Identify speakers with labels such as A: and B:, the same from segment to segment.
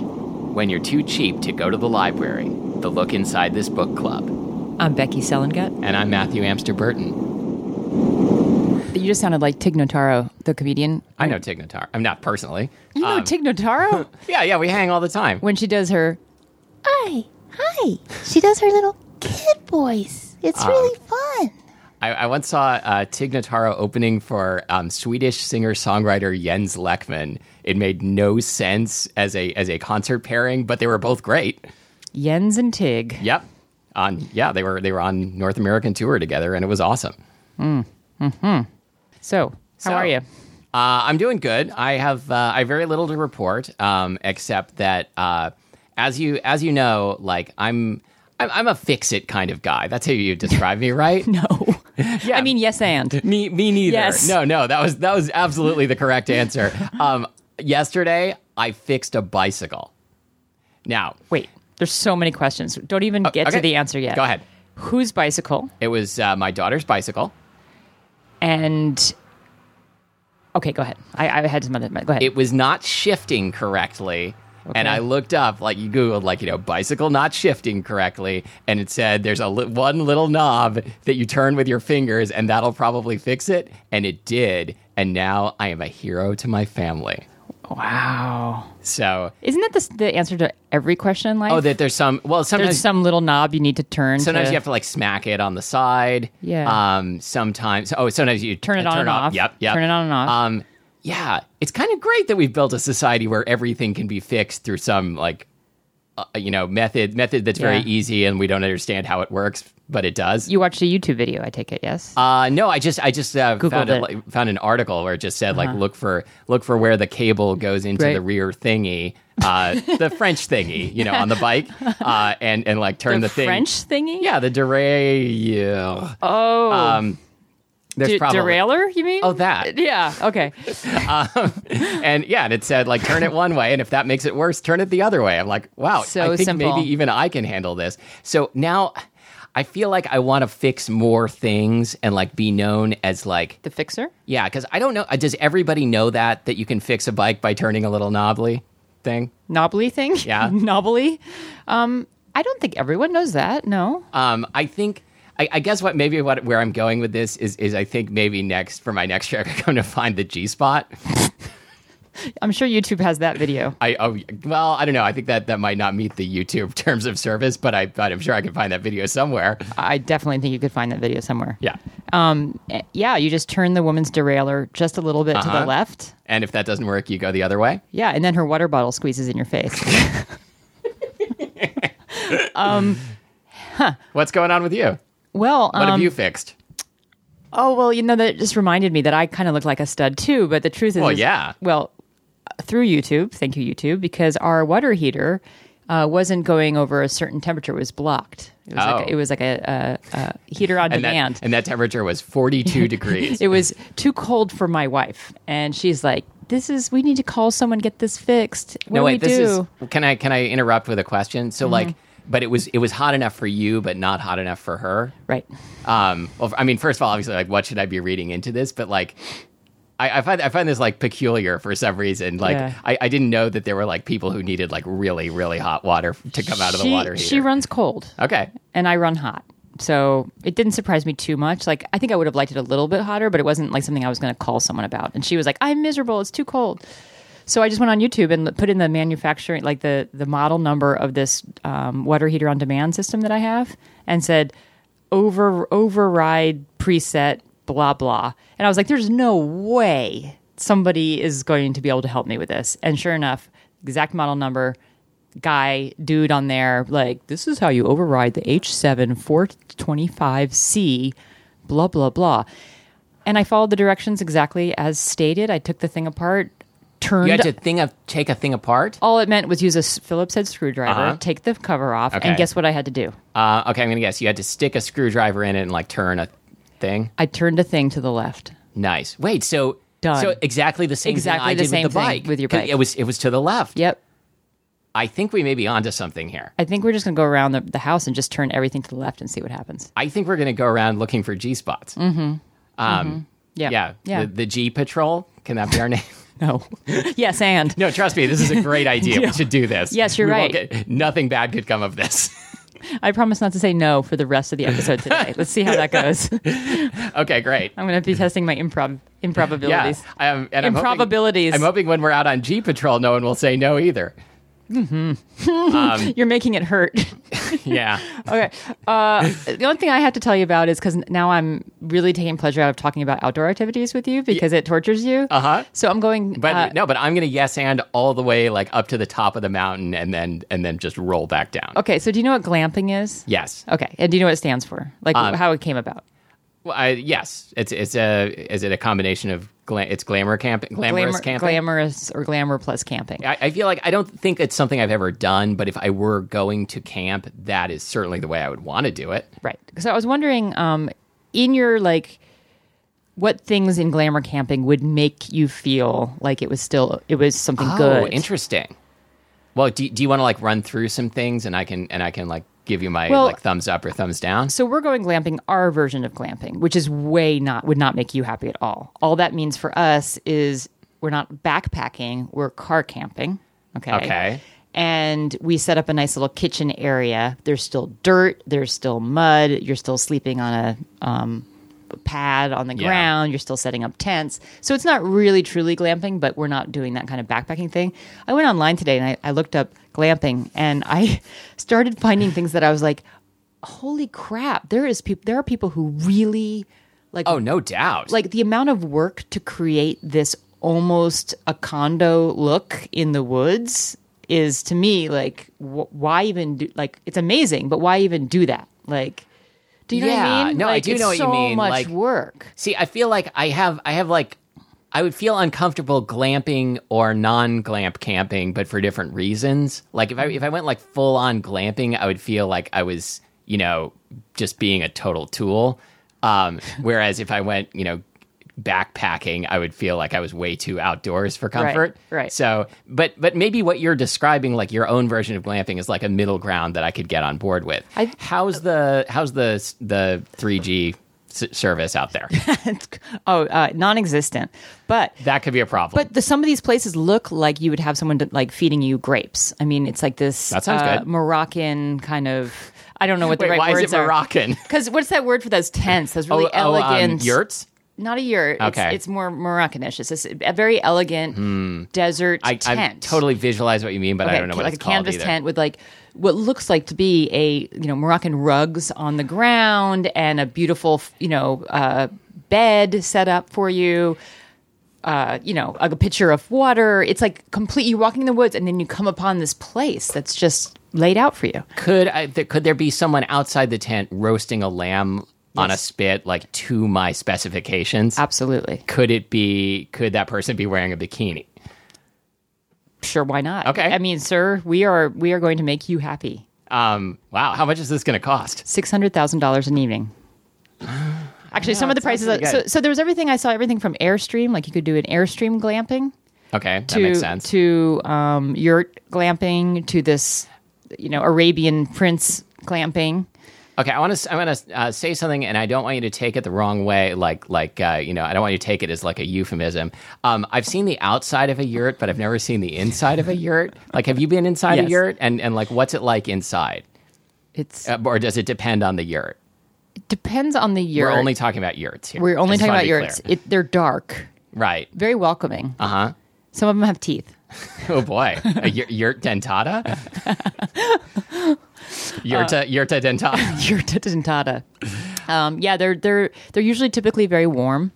A: when you're too cheap to go to the library. The look inside this book club.
B: I'm Becky Selengut.
A: And I'm Matthew Amster Burton.
C: You just sounded like Tig Notaro, the comedian.
A: I know Tig Notaro. I'm not personally.
C: You
A: Um,
C: know Tig Notaro?
A: Yeah, yeah, we hang all the time.
C: when she does her,
D: Hi, hi. She does her little kid voice. It's really fun.
A: I, I once saw uh, Tig Notaro opening for um, Swedish singer songwriter Jens Lekman. It made no sense as a as a concert pairing, but they were both great.
C: Jens and Tig.
A: Yep. On yeah, they were they were on North American tour together, and it was awesome.
C: So, how
A: So,
C: are you?
A: Uh, I'm doing good. I have uh, I have very little to report, um, except that uh, as you as you know, like I'm I'm, I'm a fix it kind of guy. That's how you describe me, right?
C: No. I mean, yes and.
A: Me, me neither.
C: Yes.
A: No, no, that was that was absolutely the correct answer. Um, yesterday, I fixed a bicycle. Now,
C: Wait, there's so many questions. Don't even get
A: Oh, okay.
C: to the answer yet.
A: Go ahead.
C: Whose bicycle?
A: it was uh, my daughter's bicycle.
C: And, okay, go ahead. I, I had some other, go ahead.
A: It was not shifting correctly. And I looked up, like you googled, like you know, bicycle not shifting correctly, and it said there's a li- one little knob that you turn with your fingers, and that'll probably fix it. And it did, and now I am a hero to my family.
C: wow.
A: So,
C: Isn't that the, s- the answer to every question in life?
A: oh, that there's some. Well, sometimes
C: there's some little knob you need to turn.
A: Sometimes
C: to,
A: you have to like smack it on the side.
C: Yeah.
A: Um. Sometimes. Oh, sometimes you
C: Turn it on and off.
A: Yep. Yep.
C: Turn it on and off.
A: Um. Yeah. It's kind of great that we've built a society where everything can be fixed through some like, uh, you know, method method that's very
C: Yeah.
A: easy and we don't understand how it works, but it does.
C: You watched a YouTube video, I take it, yes?
A: Uh, no, I just I just uh, found
C: Googled
A: a,
C: it. Uh-huh.
A: like, found an article where it just said like look for look for where the cable goes into
C: Right.
A: the rear thingy, uh, the French thingy, you know, on the bike, uh, and and like turn the, thing.
C: French thingy?
A: Yeah, the derail.
C: Oh,
A: Um, there's
C: d- Uh,
A: probably
C: derailer, you mean?
A: Oh, that.
C: Yeah, okay.
A: and yeah, and it said like turn it one way, and if that makes it worse, turn it the other way. I'm like, wow,
C: So
A: I think
C: simple.
A: maybe even I can handle this. So now, I feel like I want to fix more things and like be known as like
C: The fixer?
A: yeah, because I don't know. uh, Does everybody know that that you can fix a bike by turning a little knobbly thing?
C: Knobbly thing?
A: Yeah.
C: Knobbly? Um, I don't think everyone knows that, no.
A: Um, I think. I, I guess what maybe what where I'm going with this is is I think maybe next for my next track I'm going to find the G spot.
C: I'm sure YouTube has that video.
A: I oh well, I don't know. I think that that might not meet the YouTube terms of service, but I but I'm sure I can find that video somewhere.
C: I definitely think you could find that video somewhere.
A: uh, Yeah.
C: Um, eh, yeah, you just turn the woman's derailleur just a little bit
A: Uh-huh.
C: to the left.
A: And if that doesn't work, you go the other way.
C: Yeah, and then her water bottle squeezes in your face.
A: What's going on with you?
C: well,
A: What
C: um,
A: have you fixed?
C: Oh well, you know that just reminded me that I kind of look like a stud too. But the truth is,
A: Well, yeah.
C: Well, through YouTube, thank you YouTube, because our water heater uh, wasn't going over a certain temperature; it was blocked. It was like
A: Oh.
C: a, it was like a, a, a heater on
A: And
C: demand.
A: that, and that temperature was 42 degrees.
C: it was too cold for my wife, and she's like, "This is we need to call someone get this fixed." What
A: no
C: do
A: wait,
C: we
A: this
C: do?
A: is Can I can I interrupt with a question? So like but it was it was hot enough for you but not hot enough for her.
C: right.
A: Um, well, I mean, first of all, obviously, like, what should I be reading into this? But like, I, I find I find this like peculiar for some reason. Like,
C: Yeah.
A: I, I didn't know that there were like people who needed like really really hot water to come out of the
C: She-
A: water. Heater.
C: She runs cold.
A: Okay.
C: and I run hot. So it didn't surprise me too much. Like I think I would have liked it a little bit hotter, but it wasn't like something I was going to call someone about. And she was like, "I'm miserable. It's too cold." So I just went on YouTube and l- put in the manufacturing, like the the model number of this um, water heater on demand system that I have, and said, "Over override preset blah blah." And I was like, "There's no way somebody is going to be able to help me with this." And sure enough, exact model number, guy dude on there like this is how you override the H7 425C blah blah blah and I followed the directions exactly as stated I took the thing apart turned
A: You had to thing of take a thing apart.
C: all it meant was use a s- Phillips head screwdriver take the cover off
A: Uh-huh. Okay.
C: and guess what I had to do
A: Uh, okay, I'm gonna guess you had to stick a screwdriver in it and like turn a thing.
C: I turned the thing to the left
A: Nice. Wait, so
C: Done.
A: So exactly the same
C: Exactly
A: thing I
C: the
A: did
C: same
A: with the
C: thing
A: bike
C: with your
A: 'Cause
C: bike.
A: It was it was to the left.
C: yep
A: I think we may be onto something here.
C: I think we're just going to go around the, the house and just turn everything to the left and see what happens
A: I think we're gonna go around looking for G spots. Mm-hmm. Um,
C: yeah
A: Yeah.
C: yeah
A: The, the G Patrol. Can that be our name?
C: No. yes, and.
A: No, trust me, this is a great idea. We should do this.
C: Yes, you're
A: We won't
C: right.
A: get- nothing bad could come of this.
C: I promise not to say no for the rest of the episode today. Let's see how that goes.
A: okay, great.
C: I'm going to be testing my improv improbabilities.
A: Yeah, I am, and I'm hoping-
C: Improbabilities.
A: I'm hoping when we're out on G Patrol, no one will say no either.
C: You're making it hurt.
A: Yeah.
C: okay. Uh, the only thing I have to tell you about is because now I'm really taking pleasure out of talking about outdoor activities with you because it tortures you. Uh
A: Uh-huh.
C: So I'm going.
A: But
C: uh,
A: no, but I'm gonna yes and all the way like up to the top of the mountain and then and then just roll back down.
C: Okay. So do you know what glamping is?
A: Yes.
C: Okay. And do you know what it stands for? Like
A: Um,
C: how it came about?
A: Well, I, yes. It's it's a is it a combination of gla- it's glamour camping glamorous
C: Glamour-
A: camping.
C: Glamorous or glamour plus camping.
A: I, I feel like I don't think it's something I've ever done, but if I were going to camp, that is certainly the way I would want to do it.
C: Right. Because I was wondering, um, in your like, what things in glamour camping would make you feel like it was still it was something
A: Oh,
C: good?
A: interesting. Well, do, do you want to like run through some things and I can and I can like give you my
C: Well-
A: like thumbs up or thumbs down?
C: So we're going glamping our version of glamping, which is way not would not make you happy at all. All that means for us is we're not backpacking, we're car camping. Okay.
A: Okay.
C: And we set up a nice little kitchen area. There's still dirt, there's still mud, you're still sleeping on a um pad on the
A: Yeah.
C: ground, you're still setting up tents. So it's not really truly glamping, but we're not doing that kind of backpacking thing. I went online today and I, I looked up glamping and I started finding things that I was like, holy crap, there is people there are people who really like
A: Oh, no doubt.
C: like the amount of work to create this almost a condo look in the woods is to me like wh- why even do like it's amazing, but why even do that? Like do you know what I
A: Yeah,
C: mean?
A: no, I
C: Like,
A: do
C: it's
A: know what you
C: so
A: mean,
C: much
A: like-
C: work.
A: See, I feel like I have I have like I would feel uncomfortable glamping or non-glamp camping, but for different reasons. Like if I if I went like full on glamping, I would feel like I was, you know, just being a total tool. Um whereas if I went, you know, backpacking, I would feel like I was way too outdoors for comfort.
C: right.
A: So, but but maybe what you're describing like your own version of glamping is like a middle ground that I could get on board with.
C: I-
A: how's the how's the the 3G s- service out there?
C: oh, uh, non-existent. But
A: That could be a problem.
C: But the, some of these places look like you would have someone like feeding you grapes. I mean, it's like this uh,
A: That sounds good.
C: Moroccan kind of. I don't know what the
A: Wait,
C: right
A: why is
C: words
A: it Moroccan?
C: Because what's that word for those tents? Those really
A: oh, um,
C: elegant
A: yurts.
C: Not a yurt.
A: Okay. Hmm.
C: It's, it's more Moroccanish. It's this- a very elegant desert
A: I,
C: tent.
A: I totally visualize what you mean, but I
C: Okay,
A: don't know what
C: like
A: it's
C: a canvas
A: called either.
C: tent with like what looks like to be a you know Moroccan rugs on the ground and a beautiful f- you know uh, bed set up for you. Uh, you know, a picture of water. It's like complete. You're walking in the woods, and then you come upon this place that's just laid out for you.
A: Could I, th- could there be someone outside the tent roasting a lamb on a spit, like to my specifications?
C: Absolutely.
A: could it be? Could that person be wearing a bikini?
C: Sure. Why not?
A: Okay.
C: I mean, sir, we are we are going to make you happy.
A: Um, wow, how much is this going to cost?
C: six hundred thousand dollars an evening. Actually, some of the prices.
A: pretty
C: So,
A: good.
C: so there was everything I saw. Everything from airstream, like you could do an airstream glamping,
A: Okay, that
C: to
A: makes sense.
C: to um, yurt glamping, to this, you know, Arabian prince glamping.
A: Okay, I want to I want to uh, say something, and I don't want you to take it the wrong way. Like like uh, you know, I don't want you to take it as like a euphemism. Um, I've seen the outside of a yurt, but I've never seen the inside of a yurt. Like, have you been inside a
C: Yes.
A: yurt? And and like, what's it like inside?
C: It's
A: Uh, or does it depend on the yurt?
C: it depends on the yurt.
A: We're only talking about yurts here.
C: We're only
A: Just
C: talking
A: wanna
C: about
A: be
C: yurts.
A: clear.
C: It, they're dark,
A: right?
C: very welcoming.
A: Uh huh.
C: Some of them have teeth.
A: Oh boy, a yurt, yurt dentata.
C: Uh.
A: Yurta, yurta dentata.
C: your dentata. Um, yeah, they're they're they're usually typically very warm.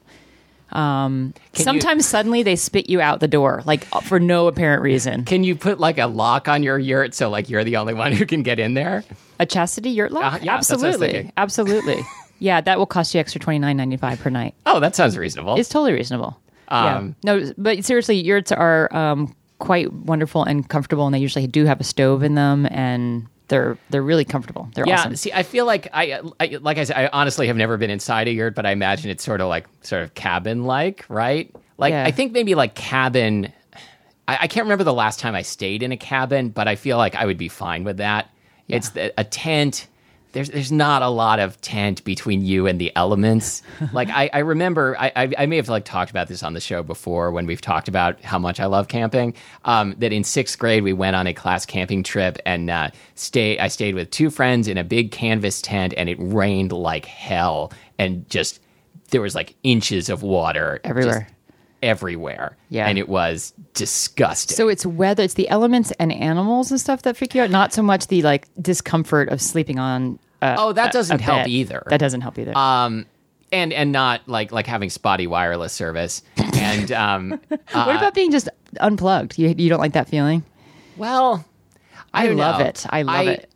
C: Um,
A: Can
C: sometimes suddenly they spit you out the door, like uh, for no apparent reason.
A: Can you put like a lock on your yurt so like you're the only one who can get in there?
C: A chastity yurt lock,
A: Uh, yeah, that's what I was
C: absolutely,
A: thinking.
C: absolutely. yeah, that will cost you extra twenty nine ninety five per night.
A: Oh, that sounds reasonable.
C: It's totally reasonable.
A: Um,
C: yeah. No, but seriously, yurts are um, quite wonderful and comfortable, and they usually do have a stove in them, and they're they're really comfortable. They're
A: Yeah,
C: awesome.
A: see, I feel like I, I, like I said, I honestly have never been inside a yurt, but I imagine it's sort of like sort of cabin like, right? Like
C: Yeah.
A: I think maybe like cabin. I, I can't remember the last time I stayed in a cabin, but I feel like I would be fine with that. It's the, a tent. there's there's not a lot of tent between you and the elements. Like I, I remember I, I I may have like talked about this on the show before when we've talked about how much I love camping. Um, that in sixth grade we went on a class camping trip and uh, stay I stayed with two friends in a big canvas tent and it rained like hell and just there was like inches of water just
C: Everywhere.
A: everywhere.
C: Yeah.
A: and it was disgusting.
C: So it's weather, it's the elements and animals and stuff that freak you out, not so much the like discomfort of sleeping on. Uh,
A: Oh, that
C: a-
A: doesn't
C: a
A: help
C: bed.
A: either.
C: That doesn't help either.
A: um, and and not like like having spotty wireless service. And um, uh,
C: what about being just unplugged? You you don't like that feeling?
A: well, I, don't
C: love
A: know.
C: it. I love it.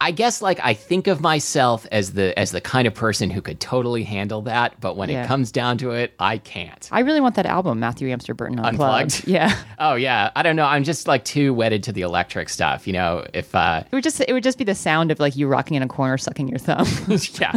A: I guess like I think of myself as the as the kind of person who could totally handle that, but when
C: Yeah.
A: it comes down to it, I can't.
C: I really want that album, Matthew Amster Burton unplugged.
A: Unplugged?
C: Yeah.
A: Oh yeah, I don't know. I'm just like too wedded to the electric stuff, you know. If uh,
C: It would just it would just be the sound of like you rocking in a corner, sucking your thumb.
A: yeah,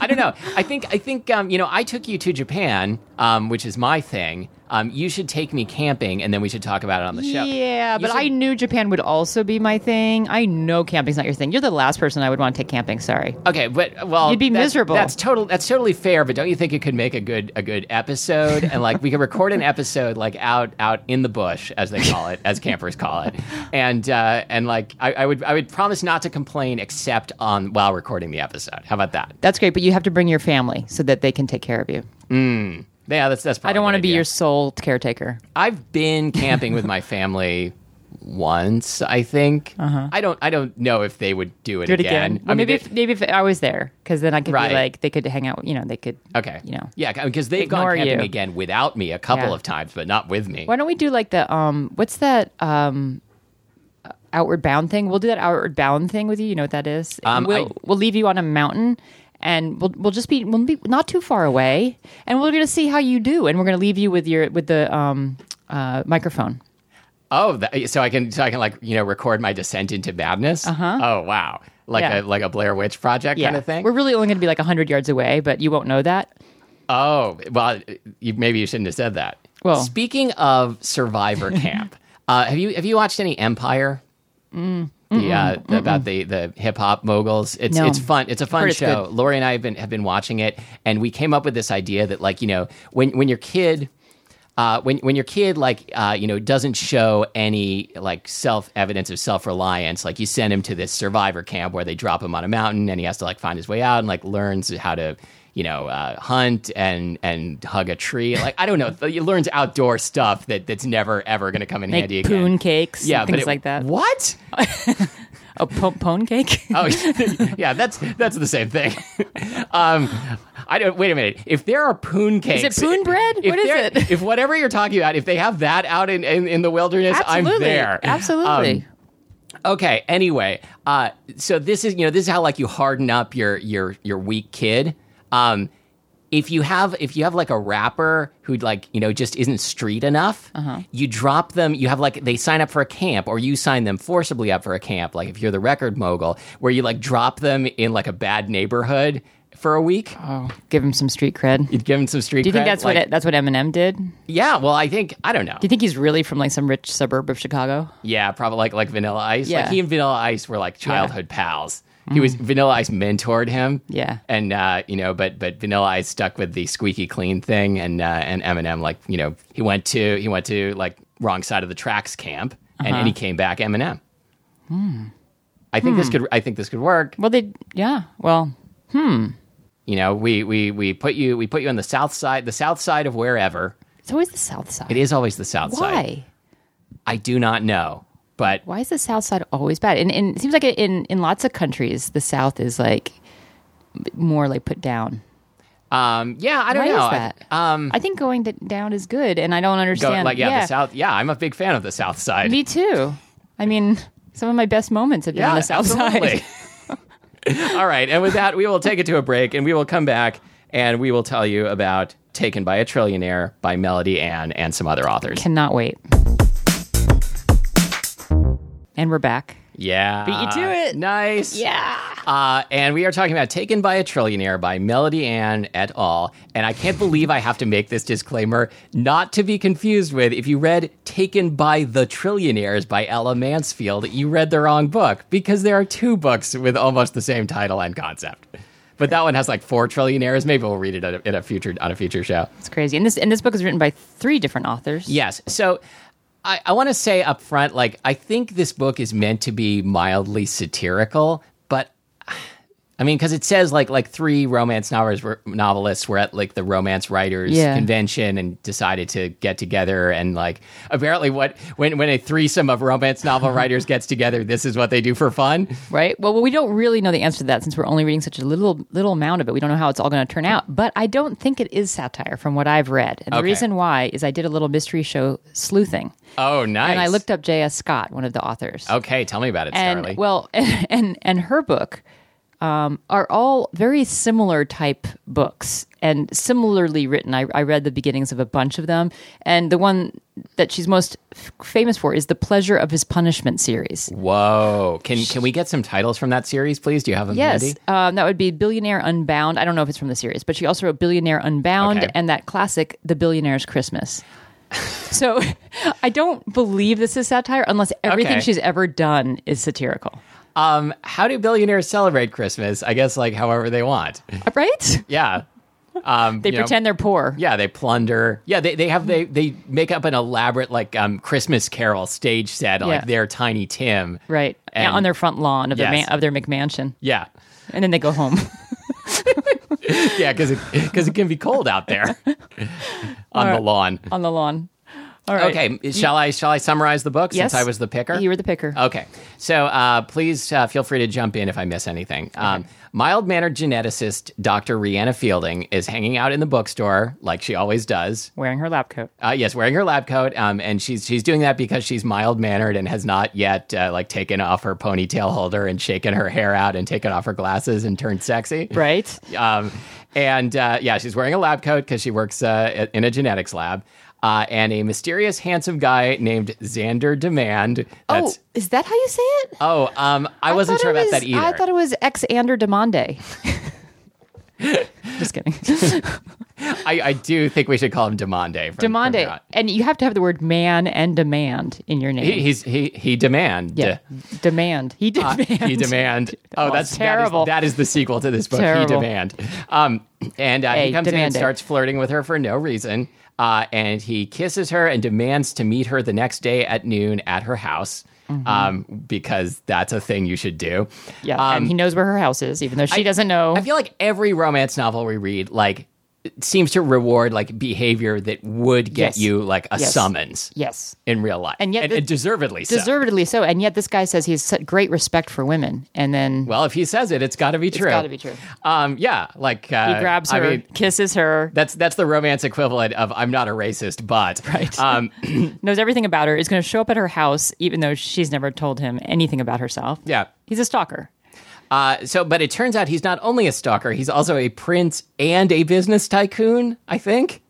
A: I don't know. I think I think um, you know. I took you to Japan, um, which is my thing. Um, you should take me camping, and then we should talk about it on the show.
C: yeah,
A: You
C: but
A: should-
C: I knew Japan would also be my thing. I know camping's not your thing. You're the last person I would want to take camping. Sorry.
A: Okay, but well,
C: You'd be
A: that's-
C: miserable.
A: That's total. That's totally fair. But don't you think it could make a good a good episode? and like we could record an episode like out out in the bush, as they call it, as campers call it. And uh, and like I, I would I would promise not to complain except on while recording the episode. How about that?
C: That's great, but you have to bring your family so that they can take care of you.
A: Yeah, that's that's.
C: I don't
A: want to
C: be your sole caretaker.
A: I've been camping with my family once. I think. I don't. I don't know if they would do it,
C: Uh-huh. Do it again.
A: I mean,
C: Well, maybe
A: they-
C: if, maybe if I was there, because then I could
A: Right.
C: be like they could hang out. You know, they could.
A: Okay.
C: You know.
A: Yeah, because they've gone
C: Ignore
A: camping
C: you.
A: again without me a couple
C: Yeah.
A: of times, but not with me.
C: Why don't we do like the um? What's that um? uh, Outward bound thing. We'll do that outward bound thing with you. You know what that is.
A: Um,
C: we'll
A: I-
C: we'll leave you on a mountain, and we'll we'll just be we'll be not too far away, and we're gonna see how you do, and we're gonna leave you with your with the um uh microphone.
A: Oh, that, so I can so I can like you know record my descent into madness. Uh-huh. Oh wow, like a
C: Yeah.
A: like a Blair Witch Project kind of thing.
C: We're really only gonna be like hundred yards away, but you won't know that.
A: oh well, you, maybe you shouldn't have said that.
C: Well-
A: speaking of Survivor Camp, uh, have you have you watched any Empire? The, uh, the- about the, the hip hop moguls. It's
C: Mm, No.
A: it's fun. It's a fun
C: Heard it's
A: show. Lori and I have been have been watching it, and we came up with this idea that like you know when when your kid uh, when when your kid like uh, you know doesn't show any like self evidence of self reliance, like you send him to this survivor camp where they drop him on a mountain and he has to like find his way out and like learns how to you know uh, hunt and and hug a tree. Like I don't know, he learns outdoor stuff that that's never ever going to come in
C: Make
A: handy
C: poon
A: again.
C: cakes, and
A: but
C: things
A: it-
C: like that.
A: What?
C: A Oh, po- pone cake.
A: Oh, yeah, that's that's the same thing. um, I don't. Wait a minute. If there are poon cakes,
C: poon bread?
A: If
C: What is
A: there-
C: it?
A: If whatever you're talking about, if they have that out in in, in the wilderness, I'm
C: Absolutely.
A: there.
C: Absolutely.
A: Um, okay. Anyway, uh, so this is you know this is how like you harden up your your your weak kid. Um, if you have if you have like a rapper who like you know just isn't street enough,
C: Uh-huh.
A: you drop them. You have like they sign up for a camp, or you sign them forcibly up for a camp. Like if you're the record mogul, where you like drop them in like a bad neighborhood for a week,
C: oh, give him some street cred.
A: you'd give them some street.
C: Do you think that's what
A: like,
C: it, that's what Eminem did? Do
A: Yeah. Well, I think I don't know.
C: you think he's really from like some rich suburb of Chicago?
A: Yeah, probably like like Vanilla Ice. Like
C: Yeah. Mm.
A: he and Vanilla Ice were like childhood pals. He was Vanilla Ice mentored him.
C: Yeah.
A: and uh, you know, but but Vanilla Ice stuck with the squeaky clean thing, and uh, and Eminem like you know he went to he went to like wrong side of the tracks camp, and, and he
C: Uh-huh.
A: came back Eminem.
C: Hmm.
A: I think this could I think this could work.
C: Well, they yeah. Well,
A: You know, we we we put you we put you on the south side, the south side of wherever.
C: it's always the South Side.
A: It is always the south side.
C: Why?
A: I do not know, but
C: Why is the South Side always bad? And, and it seems like in in lots of countries, the South is like more like put down.
A: um, yeah, I don't
C: Why
A: know.
C: is that?
A: Um,
C: I think going to, down is good, and I don't
A: Go,
C: understand.
A: like yeah, the south. Yeah, I'm a big fan of the South Side.
C: Me too. I mean, some of my best moments have been
A: yeah,
C: on the South Side.
A: absolutely. All right, and with that, we will take it to a break, and we will come back, and we will tell you about "Taken by a Trillionaire" by Melody Ann and some other authors.
C: Cannot wait. And we're back.
A: yeah,
C: Beat you to it.
A: Nice.
C: Yeah.
A: Uh, and we are talking about Taken by a Trillionaire by Melody Ann et al. And I can't believe I have to make this disclaimer, not to be confused with if you read Taken by the Trillionaires by Ella Mansfield, you read the wrong book because there are two books with almost the same title and concept. But that one has like four trillionaires. Maybe we'll read it at a, in a future on a future show.
C: It's crazy. And this and this book is written by three different authors.
A: Yes. So I, I want to say up front, like, I think this book is meant to be mildly satirical, but I mean, because it says like like three romance novelists were, novelists were at like the romance writers
C: Yeah.
A: convention and decided to get together and like apparently what when when a threesome of romance novel writers gets together, this is what they do for fun.
C: Right. Well, we don't really know the answer to that since we're only reading such a little little amount of it. We don't know how it's all going to turn out. But I don't think it is satire from what I've read. And the
A: Okay.
C: reason why is I did a little mystery show sleuthing,
A: Oh, nice.
C: and I looked up J.S. Scott, one of the authors.
A: Okay, tell me about it,
C: and
A: Starly.
C: well, and and, and her book um, are all very similar type books and similarly written. I, I read the beginnings of a bunch of them, and the one that she's most f- famous for is the Pleasure of His Punishment series.
A: Whoa. Can can we get some titles from that series, please? Do you have them
C: Yes,
A: handy?
C: um, that would be Billionaire Unbound. I don't know if it's from the series, but she also wrote Billionaire Unbound
A: Okay.
C: and that classic, The Billionaire's Christmas. so I don't believe this is satire unless everything
A: Okay.
C: she's ever done is satirical.
A: Um, how do billionaires celebrate Christmas? I guess like however they want.
C: Uh, Right?
A: Yeah. Um,
C: They pretend they're poor.
A: yeah, they plunder. Yeah, they, they have they they make up an elaborate like um Christmas Carol stage set on,
C: Yeah.
A: like their Tiny Tim.
C: Right. Yeah,
A: And-
C: on their front lawn of their
A: Yes.
C: ma- of their McMansion.
A: Yeah,
C: And then they go home.
A: yeah, because because it, can be cold out there on the lawn.
C: on the lawn. All right.
A: Okay, shall I shall I summarize the book
C: Yes.
A: since I was the picker? Oh.
C: You were the picker.
A: Okay. So uh, please uh, feel free to jump in if I miss anything. Um, Mild mannered geneticist Dr. Rhianna Fielding is hanging out in the bookstore like she always does.
C: Wearing her lab coat.
A: Uh, yes, wearing her lab coat, um, and she's she's doing that because she's mild mannered and has not yet uh, like taken off her ponytail holder and shaken her hair out and taken off her glasses and turned sexy.
C: Right?
A: Um, and uh, yeah, she's wearing a lab coat because she works uh, in a genetics lab. Uh, and a mysterious, handsome guy named Xander Demand.
D: Oh,
A: That's,
D: is that how you say it?
A: oh, um, I wasn't
C: thought
A: sure
C: it
A: about
C: was-
A: that either.
C: I thought it was ex Ander Demande. Just kidding.
A: I, I do think we should call him Demande. From, From now
C: Demande.
A: on.
C: And you have to have the word man and demand in your name.
A: He, he's he he demand.
C: yeah. Demand. He
A: Uh,
C: demand.
A: he demand. Oh,
C: Oh,
A: that's
C: terrible.
A: That is, that is the sequel to this book.
C: Terrible.
A: He demand. Um, and uh,
C: Hey,
A: he comes in
C: demand
A: and
C: it.
A: starts flirting with her for no reason. Uh, and he kisses her and demands to meet her the next day at noon at her house.
C: Mm-hmm.
A: Um, because that's a thing you should do.
C: yeah.
A: Um,
C: and he knows where her house is, even though she doesn't know.
A: I feel like every romance novel we read, like, it seems to reward like behavior that would get
C: Yes.
A: you like a
C: Yes.
A: summons
C: yes.
A: in real life,
C: And yet
A: and,
C: the-
A: and deservedly so.
C: Deservedly so. And yet this guy says he has such great respect for women. And then
A: well, if he says it, it's got to be true.
C: gotta be true.
A: Um, yeah, like uh,
C: he grabs her,
A: I mean,
C: kisses her,
A: That's that's the romance equivalent of I'm not a racist, but right. Um,
C: knows everything about her, is going to show up at her house, even though she's never told him anything about herself.
A: yeah.
C: He's a stalker.
A: Uh, so, but it turns out he's not only a stalker; he's also a prince and a business tycoon. I think,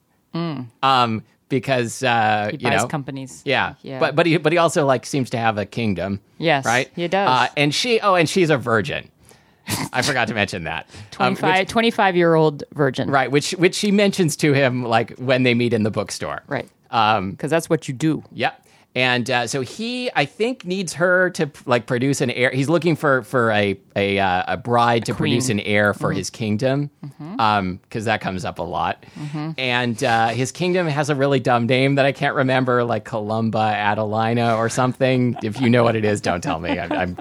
A: um, because uh,
C: Hmm. He
A: you
C: buys
A: know,
C: companies.
A: yeah,
C: Yeah.
A: But but he but he also like seems to have a kingdom.
C: Yes,
A: right.
C: he does.
A: Uh, and she oh, and she's a virgin. I forgot to mention that. Um, which-
C: 25, 25 year old virgin.
A: right, which which she mentions to him like when they meet in the bookstore.
C: Right.
A: Um,
C: Because that's what you do.
A: Yep. And uh, so he, I think, needs her to like produce an heir. He's looking for for a a, uh, a bride to produce an heir for his kingdom, because that comes up a lot. And uh, his kingdom has a really dumb name that I can't remember, like Columba Adelina or something. if you know what it is, don't tell me. I'm, I'm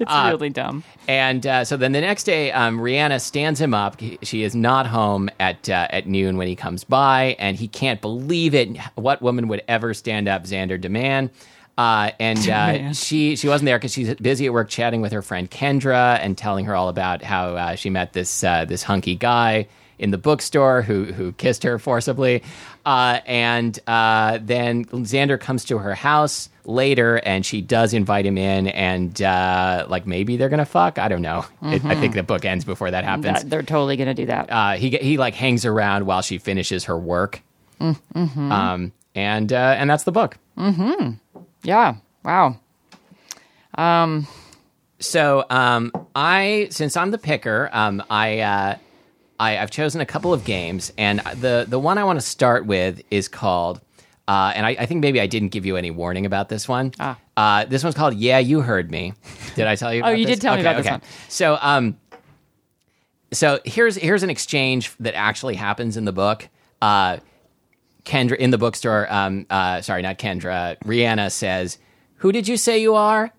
C: It's
A: Uh,
C: really dumb.
A: and uh, so then the next day, um, Rihanna stands him up. He- She is not home at uh, at noon when he comes by, and he can't believe it. What woman would ever stand up Xander Deman? Uh, and uh, she she wasn't there because she's busy at work chatting with her friend Kendra and telling her all about how uh, she met this uh, this hunky guy in the bookstore who who kissed her forcibly. Uh, and uh, then Xander comes to her house later, and she does invite him in, and uh, like maybe they're gonna fuck. I don't know. It, I think the book ends before that happens.
C: That, they're totally going to do that.
A: uh, he he like hangs around while she finishes her work. Um, and uh, and that's the book.
C: yeah. Wow.
A: So um, I since I'm the picker, um, I, uh, I I've chosen a couple of games, and the the one I want to start with is called, uh, and I, I think maybe I didn't give you any warning about this one.
C: Ah.
A: Uh, this one's called Yeah, you heard me. Did I tell you?
C: Oh,
A: about
C: you did
A: this?
C: tell me
A: Okay,
C: about this
A: okay.
C: one.
A: So, um, so here's here's an exchange that actually happens in the book. Uh, Kendra in the bookstore. Um, uh, sorry, not Kendra. Rihanna says, "Who did you say you are?"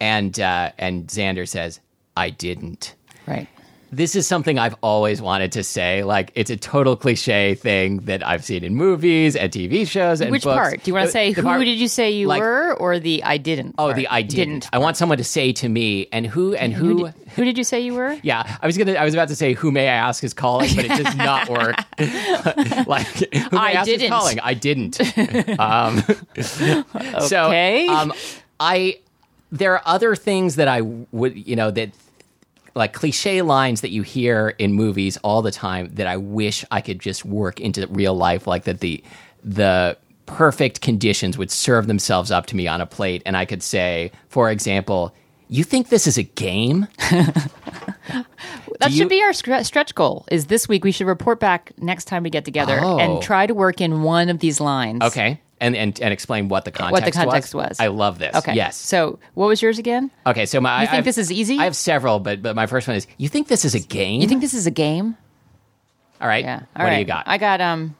A: And uh, and Xander says, "I didn't."
C: Right.
A: This is something I've always wanted to say. Like it's a total cliche thing that I've seen in movies and TV shows and
C: Which
A: books.
C: part? Do you want to
A: The-
C: say
A: the
C: who
A: part-
C: did you say you
A: like-
C: were or the I didn't?
A: Oh,
C: part?
A: the I didn't. I want someone to say to me, and who and who.
C: Who, did, who did you say you were?
A: Yeah, I was gonna. I was about to say who may I ask is calling, but it does not work. like who may I,
C: I
A: ask is
C: didn't.
A: calling. I didn't. Um, So
C: Okay.
A: um, I there are other things that I would you know that like cliche lines that you hear in movies all the time that I wish I could just work into real life, like that the the perfect conditions would serve themselves up to me on a plate, and I could say, for example. You think this is a game?
C: That
A: you-
C: should be our scre- stretch goal. Is this week we should report back next time we get together
A: Oh.
C: and try to work in one of these lines.
A: Okay. And, and and explain what the context
C: the context was.
A: I love this.
C: Okay.
A: Yes. Uh,
C: So what was yours again?
A: okay. So my I
C: You think
A: I've-
C: this is easy?
A: I have several, but but my first one is you think this is a game?
C: you think this is a game?
A: All right.
C: Yeah. All
A: what do you
C: right.
A: got?
C: I got um.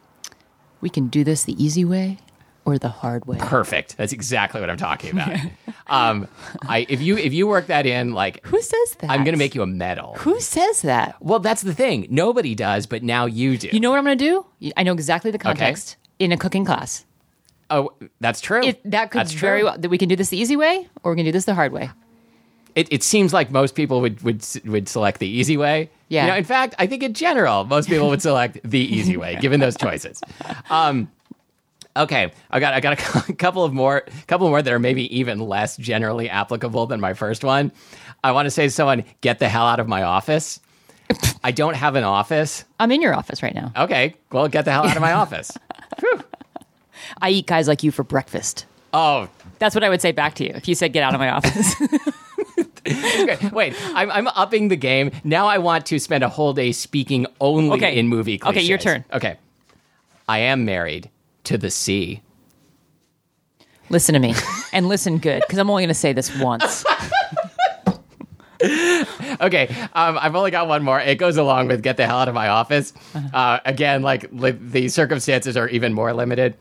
C: We can do this the easy way or the hard way.
A: Perfect. That's exactly what I'm talking about. um, I if you if you work that in, like
C: Who says that?
A: I'm gonna make you a medal.
C: Who says that?
A: Well, that's the thing. Nobody does, but now you do.
C: You know what I'm gonna do? I know exactly the context in a cooking class.
A: oh, that's true.
C: It, that could
A: that's true.
C: very well. That we can do this the easy way, or we can do this the hard way.
A: it, it seems like most people would would s- would select the easy way.
C: Yeah.
A: You know, in fact, I think in general, most people would select the easy way, given those choices. Um, okay, I got I got a cou- couple of more couple more that are maybe even less generally applicable than my first one. I want to say to someone, get the hell out of my office. I don't have an office.
C: I'm in your office right now.
A: Okay, well, get the hell out of my office.
C: I eat guys like you for breakfast.
A: Oh,
C: That's what I would say back to you if you said, "Get out of my office."
A: Okay, Wait, I'm, I'm upping the game. Now I want to spend a whole day speaking only
C: Okay.
A: in movie cliches.
C: Okay, your turn.
A: Okay. I am married to the sea.
C: listen to me and listen good, because I'm only going to say this once.
A: Okay, um, I've only got one more. It goes along with get the hell out of my office.
C: Uh-huh.
A: Uh, again, like li- the circumstances are even more limited.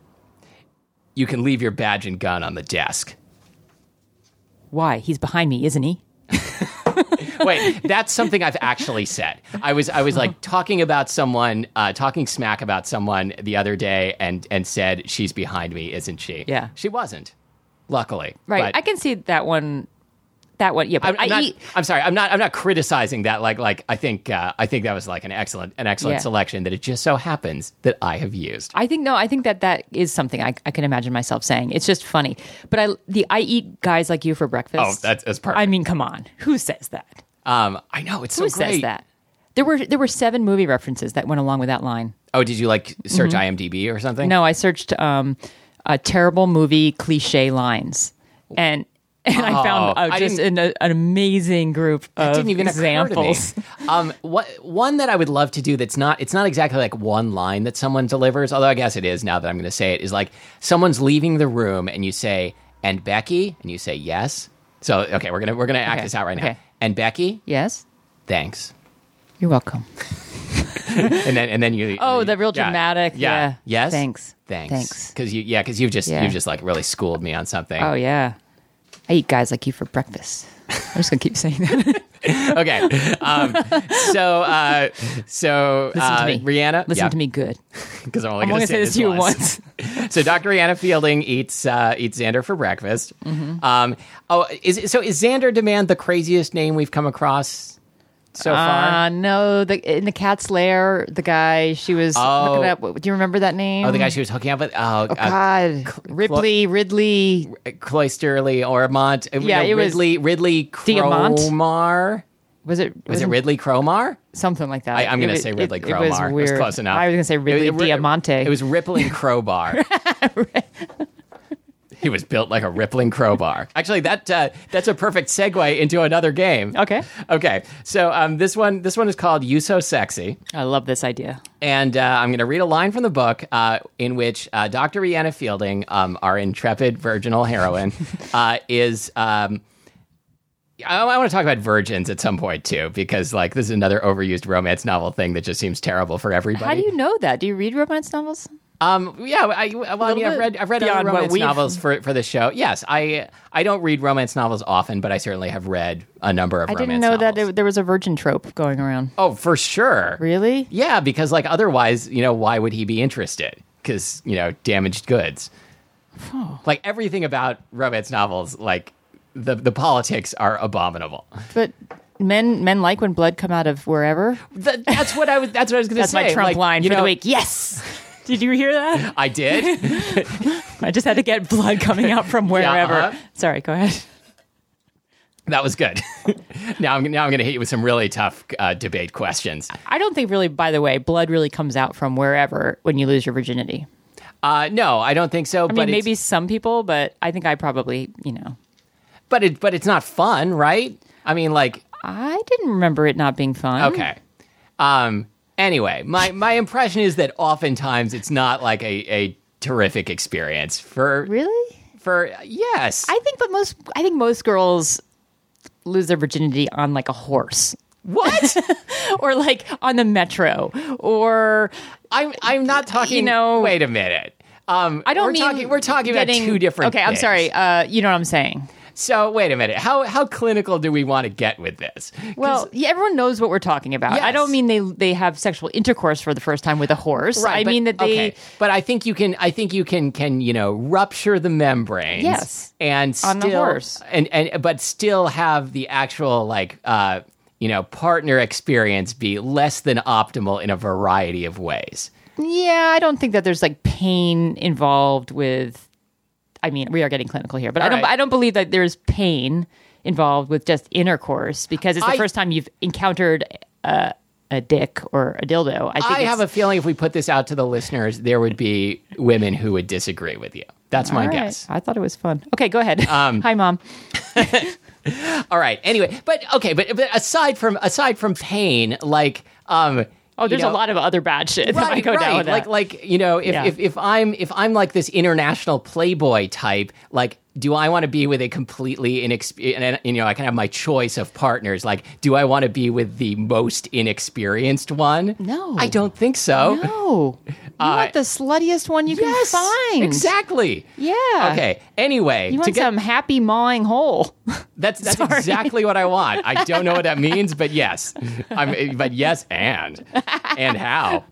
A: You can leave your badge and gun on the desk.
C: Why? He's behind me, isn't he?
A: Wait, that's something I've actually said. I was I was like talking about someone, uh, talking smack about someone the other day, and and said she's behind me, isn't she?
C: Yeah.
A: she wasn't. Luckily,
C: Right.
A: But
C: I can see that one. That one. Yeah,
A: I'm,
C: but
A: I'm
C: I
A: not,
C: eat.
A: I'm sorry. I'm not. I'm not criticizing that. Like like I think uh, I think that was like an excellent an excellent
C: Yeah.
A: selection that it just so happens that I have used.
C: I think no. I think that that is something I, I can imagine myself saying. It's just funny. But I the I eat guys like you for breakfast.
A: Oh, that's, that's perfect.
C: I mean, come on. Who says that?
A: um, I know it's
C: Who
A: so great.
C: says that? There were there were seven movie references that went along with that line.
A: Oh, did you like search
C: Mm-hmm.
A: IMDb or something?
C: No, I searched um, uh, terrible movie cliche lines, and and I found
A: Oh,
C: uh,
A: I
C: just
A: didn't-
C: an, uh, an amazing group of
A: didn't even
C: examples.
A: examples. Um, what one that I would love to do that's not it's not exactly like one line that someone delivers, although I guess it is now that I'm going to say it is like someone's leaving the room and you say and Becky and you say yes. So okay, we're gonna we're gonna act
C: Okay,
A: this out right now.
C: okay.
A: And Becky,
C: Yes,
A: thanks.
C: you're welcome.
A: And then and then you
C: Oh,
A: you-
C: the real
A: yeah,
C: dramatic. Yeah.
A: Yes.
C: Thanks.
A: Thanks.
C: Thanks.
A: Because you yeah because you've just
C: Yeah.
A: you've just like really schooled me on something.
C: Oh yeah, I eat guys like you for breakfast. I'm just gonna keep saying that.
A: Okay. Um, so uh, so
C: Listen
A: uh,
C: to me,
A: Rihanna.
C: Listen
A: yeah.
C: to me, good.
A: because I'm only
C: I'm
A: going
C: only
A: to say
C: gonna
A: this
C: to you
A: once.
C: once.
A: so Dr. Anna Fielding eats uh, eats Xander for breakfast.
C: Mm-hmm.
A: Um, oh, is so is Xander demand the craziest name we've come across so far?
C: Uh, no, the in the cat's lair, the guy she was
A: Oh.
C: hooking up. with- Do you remember that name?
A: Oh, the guy she was hooking up with. Oh, uh,
C: God, Ripley, Ridley,
A: Cloisterly Ormont. Uh,
C: Yeah,
A: no,
C: it was-
A: Ridley Ridley
C: Diamant?
A: Cromar.
C: was it?
A: Was it
C: wasn't-
A: Ridley Cromar?
C: something like that.
A: I, I'm going
C: It
A: to
C: was-
A: say Ridley
C: it,
A: Cromar.
C: It was weird.
A: close enough.
C: I was going to say Ridley
A: It- it-
C: Diamante.
A: It was Rippling Crowbar. He was built like a rippling crowbar. Actually, that uh, that's a perfect segue into another game.
C: Okay.
A: Okay. So um, this one this one is called "You So Sexy."
C: I love this idea.
A: And uh, I'm going to read a line from the book uh, in which uh, Dr. Rihanna Fielding, um, our intrepid virginal heroine, uh, is. Um, I, I want to talk about virgins at some point too, because like this is another overused romance novel thing that just seems terrible for everybody.
C: How do you know that? Do you read romance novels?
A: Um, yeah, I, well, I mean, I've
C: bit
A: read I've read other
C: beyond what
A: romance
C: we've-
A: novels for for the show. Yes, I I don't read romance novels often, but I certainly have read a number of.
C: I
A: romance
C: didn't know that
A: novels.
C: it, there was a virgin trope going around.
A: Oh, for sure.
C: Really?
A: Yeah, because like otherwise, you know, why would he be interested? Because you know, damaged goods. Like everything about romance novels, like the the politics are abominable.
C: But men men like when blood come out of wherever.
A: That, that's what I was. That's what I was going to
C: That's
A: say.
C: my Trump
A: Like,
C: line
A: you
C: for the
A: know,
C: week. Yes. Did you hear that?
A: I did.
C: I just had to get blood coming out from wherever.
A: uh-huh.
C: Sorry, go ahead.
A: That was good. now I'm now I'm going to hit you with some really tough uh, debate questions.
C: I don't think really. By the way, blood really comes out from wherever when you lose your virginity.
A: Uh, no, I don't think so.
C: I
A: but
C: mean,
A: it's-
C: maybe some people, but I think I probably, you know,
A: but it but it's not fun, right? I mean, like
C: I didn't remember it not being fun.
A: Okay. Um. Anyway, my my impression is that oftentimes it's not like a a terrific experience for
C: really?
A: for yes.
C: I think, but most, I think most girls lose their virginity on like a horse
A: what?
C: or like on the metro or
A: I'm I'm not talking.
C: know-
A: wait a minute. Um,
C: I don't
A: we're
C: mean
A: talking, we're talking
C: getting-
A: about two different.
C: Okay, I'm
A: things.
C: sorry. Uh, you know what I'm saying?
A: So wait a minute. How how clinical do we want to get with this? 'Cause-
C: Well, yeah, everyone knows what we're talking about. I
A: Yes.
C: don't mean they they have sexual intercourse for the first time with a horse. I
A: but-
C: mean that they
A: okay. But I think you can. I think you can. Can you know rupture the membranes?
C: Yes.
A: And
C: On the
A: still-
C: horse.
A: And and but still have the actual like uh you know partner experience be less than optimal in a variety of ways.
C: Yeah, I don't think that there's like pain involved with. I mean, we are getting clinical here, but I
A: All
C: don't.
A: right.
C: I don't believe that there's pain involved with just intercourse because it's the
A: I-
C: first time you've encountered uh, a dick or a dildo. I think
A: I
C: it's-
A: have a feeling if we put this out to the listeners, there would be women who would disagree with you. That's my
C: All right.
A: guess. Um,
C: I thought it was fun. Okay, go ahead. Hi, mom.
A: All right. Anyway, but okay, but, but aside from aside from pain, like um
C: Oh,
A: you
C: there's
A: know,
C: a lot of other bad shit that might go down with that.
A: like like you know if,
C: Yeah.
A: if if i'm if i'm like this international playboy type like do i want to be with a completely inexperienced you know i can have my choice of partners like do i want to be with the most inexperienced one
C: No.
A: i don't think so
C: no, you want the sluttiest one you
A: Uh, yes
C: can find.
A: exactly
C: Yeah.
A: okay anyway
C: You
A: to
C: want
A: get,
C: some happy mawing hole.
A: that's that's exactly what i want i don't know what that means but yes i'm but yes and and how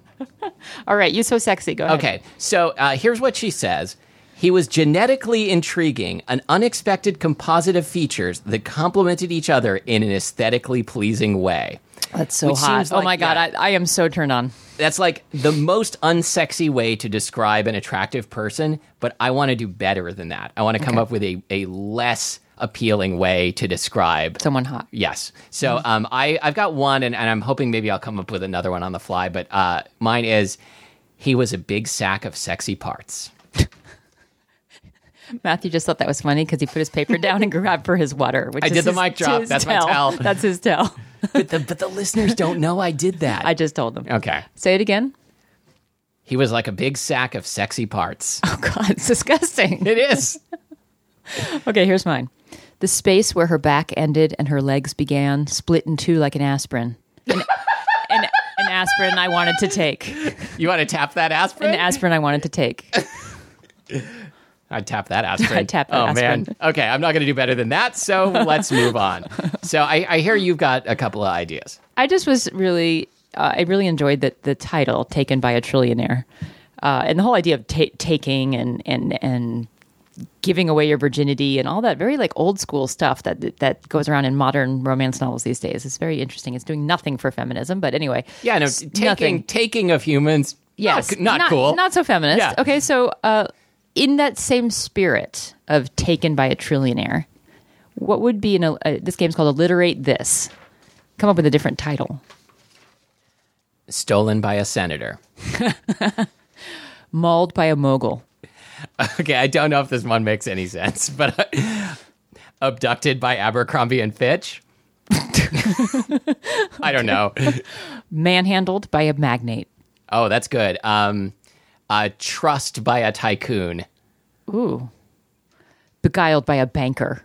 C: All right, you so sexy. Go ahead.
A: Okay, so uh, here's what she says. He was genetically intriguing, an unexpected composite of features that complemented each other in an aesthetically pleasing way.
C: That's so
A: Which
C: hot.
A: seems
C: oh
A: like-
C: my god,
A: yeah.
C: I, I am so turned on.
A: That's like the most unsexy way to describe an attractive person, but I want to do better than that. I want to come up with a, a less appealing way to describe
C: Someone hot.
A: Yes. So um, I, I've got one, and, and I'm hoping maybe I'll come up with another one on the fly, but uh, mine is he was a big sack of sexy parts.
C: Matthew just thought that was funny because he put his paper down and grabbed for his water. Which
A: I
C: is
A: did the
C: his-
A: mic drop.
C: his
A: That's my tell.
C: That's his tell.
A: but, the, but the listeners don't know I did that.
C: I just told him.
A: okay.
C: Say it again.
A: He was like a big sack of sexy parts.
C: Oh God, it's disgusting.
A: it is.
C: okay, here's mine. The space where her back ended and her legs began split in two like an aspirin. An, an, an aspirin I wanted to take.
A: You want to tap that aspirin?
C: An aspirin I wanted to take.
A: I'd tap that aspirin.
C: I'd tap that
A: oh,
C: aspirin.
A: man. Okay, I'm not going to do better than that. So let's move on. So I, I hear you've got a couple of ideas.
C: I just was really, uh, I really enjoyed that the title taken by a trillionaire, uh, and the whole idea of ta taking and and and giving away your virginity and all that very like old school stuff that that goes around in modern romance novels these days. It's very interesting. It's doing nothing for feminism, but anyway,
A: Yeah, no,
C: s-
A: taking taking of humans.
C: Yes,
A: Not, not, cool.
C: Not so feminist.
A: Yeah.
C: Okay, so uh, in that same spirit of taken by a trillionaire, what would be in a, uh, this game's called alliterate this? Come up with a different title.
A: Stolen by a senator.
C: Mauled by a mogul.
A: Okay, I don't know if this one makes any sense, but abducted by Abercrombie and Fitch. I don't know.
C: Manhandled by a magnate.
A: Oh, that's good. Um, uh, trust by a tycoon.
C: Ooh. Beguiled by a banker.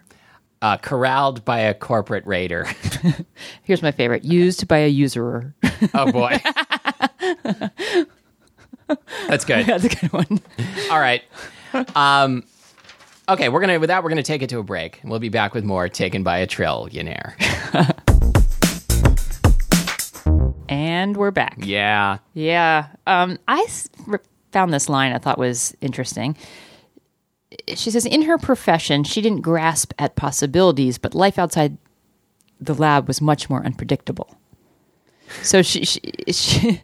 A: Uh, corralled by a corporate raider.
C: Here's my favorite. Used by a usurer.
A: Oh boy. That's good.
C: That's a good one.
A: All right. Um, okay, we're gonna with that we're gonna take it to a break, and we'll be back with more taken by a trillionaire.
C: And we're back.
A: yeah.
C: Yeah. Um, I s- re- found this line I thought was interesting. She says, in her profession, she didn't grasp at possibilities, but life outside the lab was much more unpredictable. So she, she, she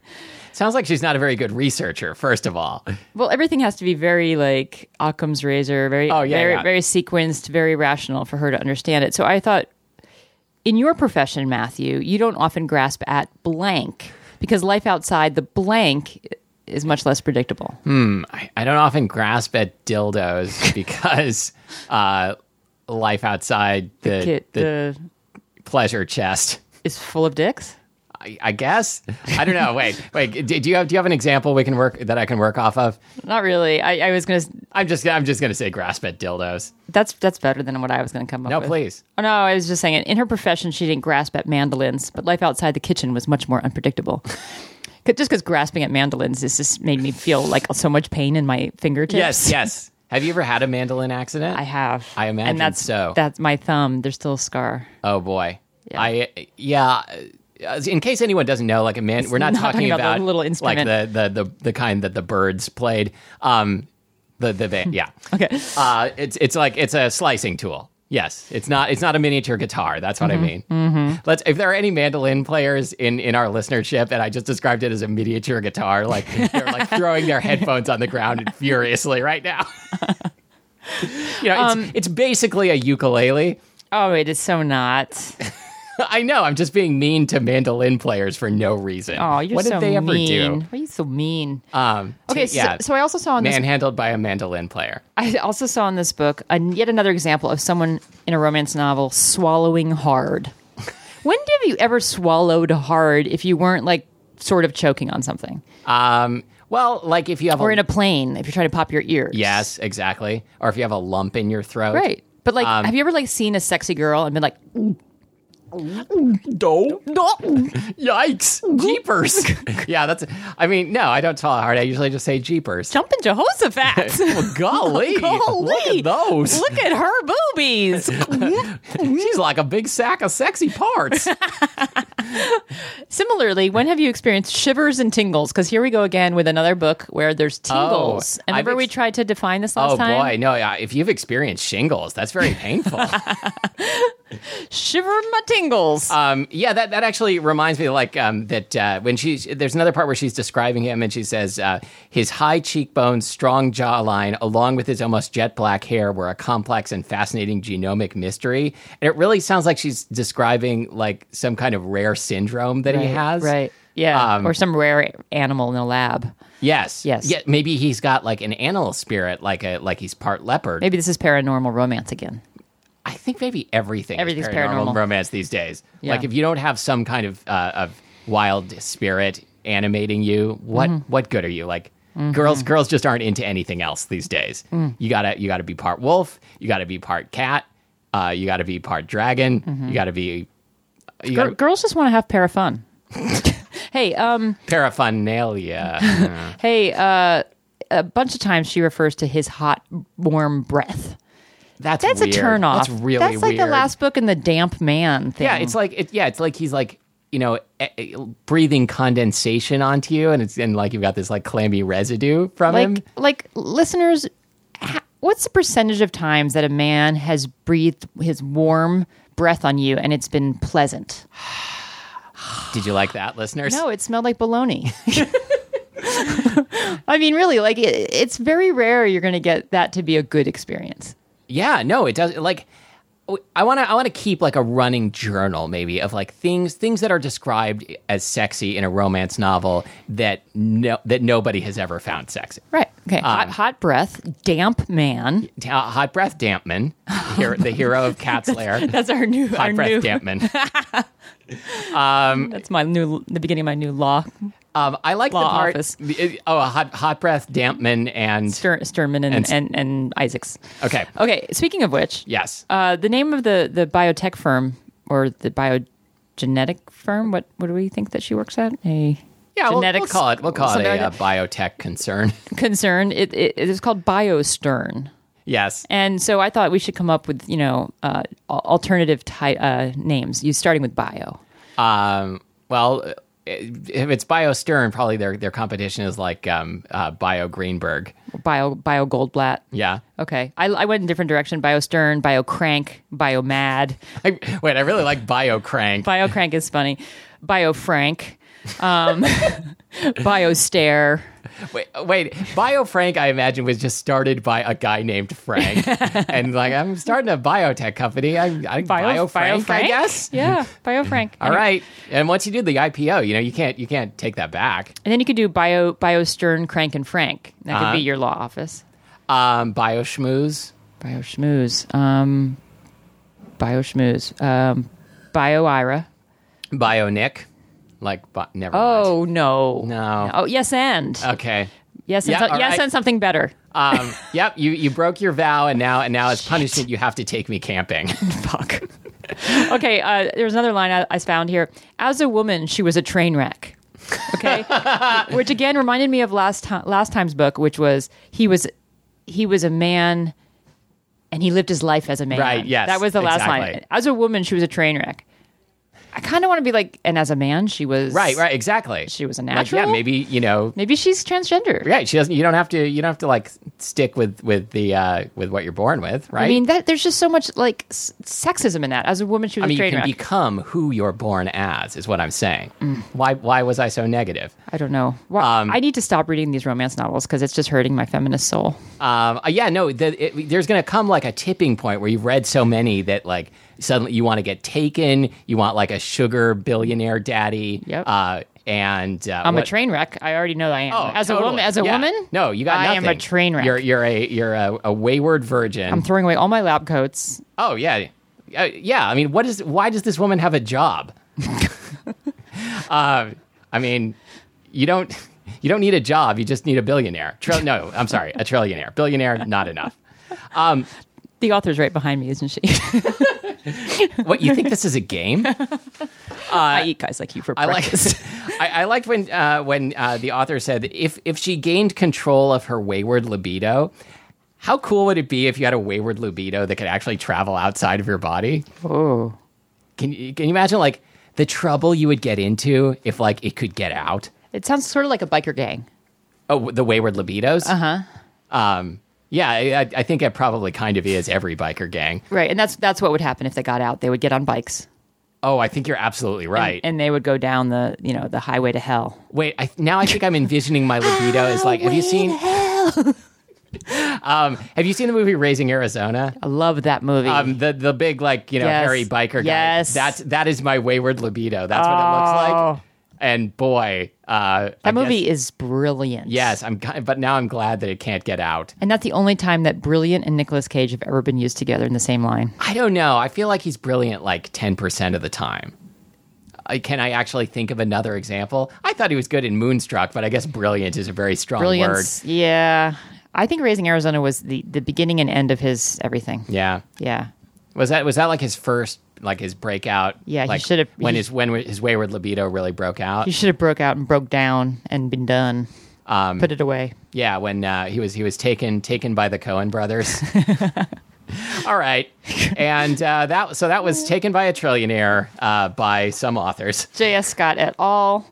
A: Sounds like she's not a very good researcher. First of all,
C: well, everything has to be very like Occam's razor, very,
A: Oh, yeah,
C: very,
A: yeah.
C: very sequenced, very rational for her to understand it. So I thought, in your profession, Matthew, you don't often grasp at blank because life outside the blank is much less predictable.
A: I, I don't often grasp at dildos because uh, life outside the,
C: Kit,
A: the,
C: the,
A: pleasure chest.
C: is full of dicks.
A: I, I guess I don't know. Wait, wait. Do, do you have do you have an example we can work that I can work off of?
C: Not really. I, I was gonna. s-
A: I'm just I'm just gonna say grasp at dildos.
C: That's that's better than what I was gonna come up
A: No,
C: with.
A: please.
C: Oh no, I was just saying it. In her profession, she didn't grasp at mandolins, but life outside the kitchen was much more unpredictable. 'Cause- just because grasping at mandolins has just made me feel like so much pain in my fingertips.
A: Yes, yes. Have you ever had a mandolin accident?
C: I have.
A: I imagine
C: and that's,
A: so.
C: That's my thumb. There's still a scar.
A: Oh boy. I yeah. uh, In case anyone doesn't know, like a man, we're not,
C: not
A: talking
C: talking about the
A: about,
C: little
A: like
C: instrument.
A: the, the the the kind that the birds played. Um, the the va- yeah.
C: Okay.
A: Uh, it's it's like it's a slicing tool. Yes, it's not it's not a miniature guitar. That's what
C: Mm-hmm.
A: I mean. Let's if there are any mandolin players in in our listenership, and I just described it as a miniature guitar, like they're like throwing their headphones on the ground furiously right now. you know, it's,
C: Um,
A: it's basically a ukulele.
C: Oh, it is so not.
A: I know. I'm just being mean to mandolin players for no reason.
C: Oh, you're
A: what
C: so
A: did they
C: mean.
A: ever do?
C: Why are you so mean?
A: Um,
C: okay.
A: t- yeah,
C: So, so I also saw on this
A: manhandled by a mandolin player.
C: I also saw in this book an yet another example of someone in a romance novel swallowing hard. When have you ever swallowed hard if you weren't like sort of choking on something?
A: Um, well, like if you have
C: Or
A: a,
C: in a plane, if you're trying to pop your ears.
A: yes, exactly, or if you have a lump in your throat,
C: Right. But like,
A: Um,
C: have you ever like seen a sexy girl and been like,
A: No, no, yikes, jeepers. yeah, that's. I mean, no, I don't tell hard. I usually just say jeepers.
C: jumping Jehoshaphat?
A: Well, golly, look
C: Golly.
A: at those.
C: Look at her boobies.
A: She's like a big sack of sexy parts.
C: Similarly, when have you experienced shivers and tingles? Because here we go again with another book where there's tingles.
A: Oh, I've
C: and remember we
A: ex-
C: tried to define this last
A: oh
C: time?
A: boy, no. Yeah, if you've experienced shingles, that's very painful.
C: Shiver my tingles.
A: Um, yeah, that, that actually reminds me, like um, that uh, when she's there's another part where she's describing him and she says uh, his high cheekbones, strong jawline, along with his almost jet black hair, were a complex and fascinating genomic mystery. And it really sounds like she's describing like some kind of rare syndrome that he has.
C: Right. Yeah.
A: Um,
C: or some rare animal in a lab.
A: Yes.
C: Yes.
A: Yeah. Maybe he's got like an animal spirit, like a like he's part leopard.
C: Maybe this is paranormal romance again.
A: I think maybe everything
C: Everything's
A: is paranormal,
C: paranormal.
A: romance these days.
C: Yeah.
A: Like if you don't have some kind of uh, of wild spirit animating you, what
C: Mm-hmm.
A: what good are you? Like girls girls just aren't into anything else these days.
C: Mm.
A: You gotta you gotta be part wolf. You gotta be part cat. Uh, you gotta be part dragon.
C: Mm-hmm.
A: You gotta be you
C: Gir-
A: gotta,
C: girls just want to have para fun. hey, um,
A: paraphernalia.
C: hey, uh, a bunch of times she refers to his hot, warm breath.
A: That's
C: That's
A: weird.
C: a turn off.
A: That's really
C: That's like
A: weird.
C: the last book in the damp man thing.
A: Yeah, it's like it, yeah, it's like he's like you know e- e- breathing condensation onto you, and it's and like you've got this like clammy residue from
C: like,
A: him.
C: like listeners, ha- what's the percentage of times that a man has breathed his warm breath on you and it's been pleasant?
A: Did you like that, listeners?
C: No, it smelled like bologna. I mean, really, like it, it's very rare you're going to get that to be a good experience.
A: Yeah, no, it does. Like, I want to I want to keep like a running journal maybe of like things things that are described as sexy in a romance novel that no that nobody has ever found sexy.
C: Right. Okay.
A: Um,
C: hot, hot breath, damp man.
A: Ta- Hot uh, breath Dampman, hero, the hero of Cat's Lair.
C: That's our new. our
A: Hot breath
C: new.
A: Dampman.
C: That's my new. The beginning of my new law.
A: Um, I like the
C: Law
A: part.
C: office.
A: the- oh, hot hot breath Dampman and
C: Stur- Sturman and,
A: And-
C: and, and Isaacs.
A: okay,
C: Okay. Speaking of which,
A: yes,
C: uh, the name of the the biotech firm or the biogenetic firm. What what do we think that she works at? A
A: yeah. We'll, we'll
C: genetics-
A: call it we'll call it
C: something
A: a,
C: like
A: uh
C: that.
A: biotech concern.
C: concern. It, it it is called BioStern.
A: yes,
C: And so I thought we should come up with you know uh, al- alternative ty- uh, names. You starting with bio.
A: Um, well, uh, if it's Bio Stern, probably their their competition is like um, uh, Bio Greenberg.
C: Bio Bio Goldblatt.
A: Yeah.
C: Okay, I, I went in a different direction. Bio Stern, Bio Crank, Bio Mad.
A: I, wait, I really like Bio Crank.
C: Bio Crank is funny. Bio Frank, um, Bio Stare.
A: Wait, wait, Bio Frank, I imagine, was just started by a guy named Frank, and like I'm starting a biotech company. I, I Bio, Frank, I guess.
C: Yeah, Bio Frank.
A: All right, and once you do the IPO, you know you can't you can't take that back.
C: and then you could do Bio Bio Stern, Crank, and Frank. That could
A: Uh-huh.
C: be your law office.
A: Um, bio Schmooze,
C: Bio Schmooze, um, Bio Schmooze, um, Bio Ira.
A: Bio Nick, like bi- never. mind.
C: Oh no,
A: No.
C: Oh yes, and
A: okay.
C: yes, and
A: yeah,
C: so-
A: all
C: yes,
A: right.
C: and something better.
A: Um, yep, you, you broke your vow, and now and now as punishment, you have to take me camping. Fuck.
C: Okay, uh, there's another line I, I found here. As a woman, she was a train wreck. Okay, which again reminded me of last time last time's book, which was he was he was a man, and he lived his life as a man.
A: Right, yes,
C: that was the last line.
A: exactly.
C: As a woman, she was a train wreck. I kind of want to be like, and as a man, she was
A: Right, right, exactly.
C: She was a
A: Like,
C: natural?
A: yeah, maybe you know.
C: Maybe she's transgender.
A: Right, she doesn't. You don't have to. You don't have to like stick with with the uh, with what you're born with, right?
C: I mean, that there's just so much like s- sexism in that. As a woman, she was
A: I mean,
C: a
A: you
C: train
A: can
C: wreck.
A: become who you're born as, is what I'm saying.
C: Mm.
A: Why why was I so negative?
C: I don't know. Well,
A: Um,
C: I need to stop reading these romance novels because it's just hurting my feminist soul.
A: Um, uh, yeah, no. The, it, there's going to come like a tipping point where you've read so many that like suddenly you want to get taken. You want like a sugar billionaire daddy.
C: Yep.
A: Uh, and uh,
C: I'm a
A: what-
C: train wreck. I already know that I am.
A: Oh,
C: as a
A: totally.
C: woman, as a
A: Yeah.
C: woman,
A: No, you got.
C: I am a
A: nothing.
C: train wreck.
A: You're you're a you're a, a wayward virgin.
C: I'm throwing away all my lab coats.
A: oh yeah, Uh, yeah. I mean, what is? Why does this woman have a job? uh, I mean, you don't you don't need a job. You just need a billionaire. Tri- no, I'm sorry, a trillionaire. Billionaire, not enough. Um,
C: The author's right behind me, isn't she?
A: what you think this is a game?
C: I eat guys like you for
A: Uh, I like
C: breakfast.
A: I, I liked when uh, when uh, the author said that if if she gained control of her wayward libido, how cool would it be if you had a wayward libido that could actually travel outside of your body?
C: oh,
A: Can you, can you imagine like the trouble you would get into if like it could get out?
C: it sounds sort of like a biker gang.
A: Oh, the wayward libidos. Uh huh. Um. Yeah, I, I- I think it probably kind of is every biker gang.
C: Right, and that's that's what would happen if they got out. They would get on bikes,
A: Oh, I think you're absolutely right.
C: and they would go down the you know the highway to hell.
A: Wait, I, now I think I'm envisioning my libido is like. Have you seen? um, have you seen the movie Raising Arizona?
C: I love that movie.
A: Um, the the big like you know
C: Yes.
A: hairy biker guy.
C: Yes. Oh.
A: that's that is my wayward libido. That's what it looks like. And boy, uh, I
C: that
A: guess-
C: movie is brilliant.
A: yes, I'm. ki- But now I'm glad that it can't get out.
C: and that's the only time that brilliant and Nicolas Cage have ever been used together in the same line.
A: I don't know. I feel like he's brilliant like ten percent of the time. I, can I actually think of another example? I thought he was good in Moonstruck, but I guess brilliant is a very strong word.
C: Brilliance, yeah. I think Raising Arizona was the the beginning and end of his everything.
A: Yeah.
C: Yeah.
A: Was that was that like his first like his breakout?
C: Yeah, he
A: like,
C: should've-
A: when
C: he-
A: his when his wayward libido really broke out.
C: He should have broke out and broke down and been done. Um, Put it away.
A: yeah, when uh, he was he was taken taken by the Cohen brothers. All right, and uh, that so that was taken by a trillionaire uh, by some authors.
C: J.S. Scott et al.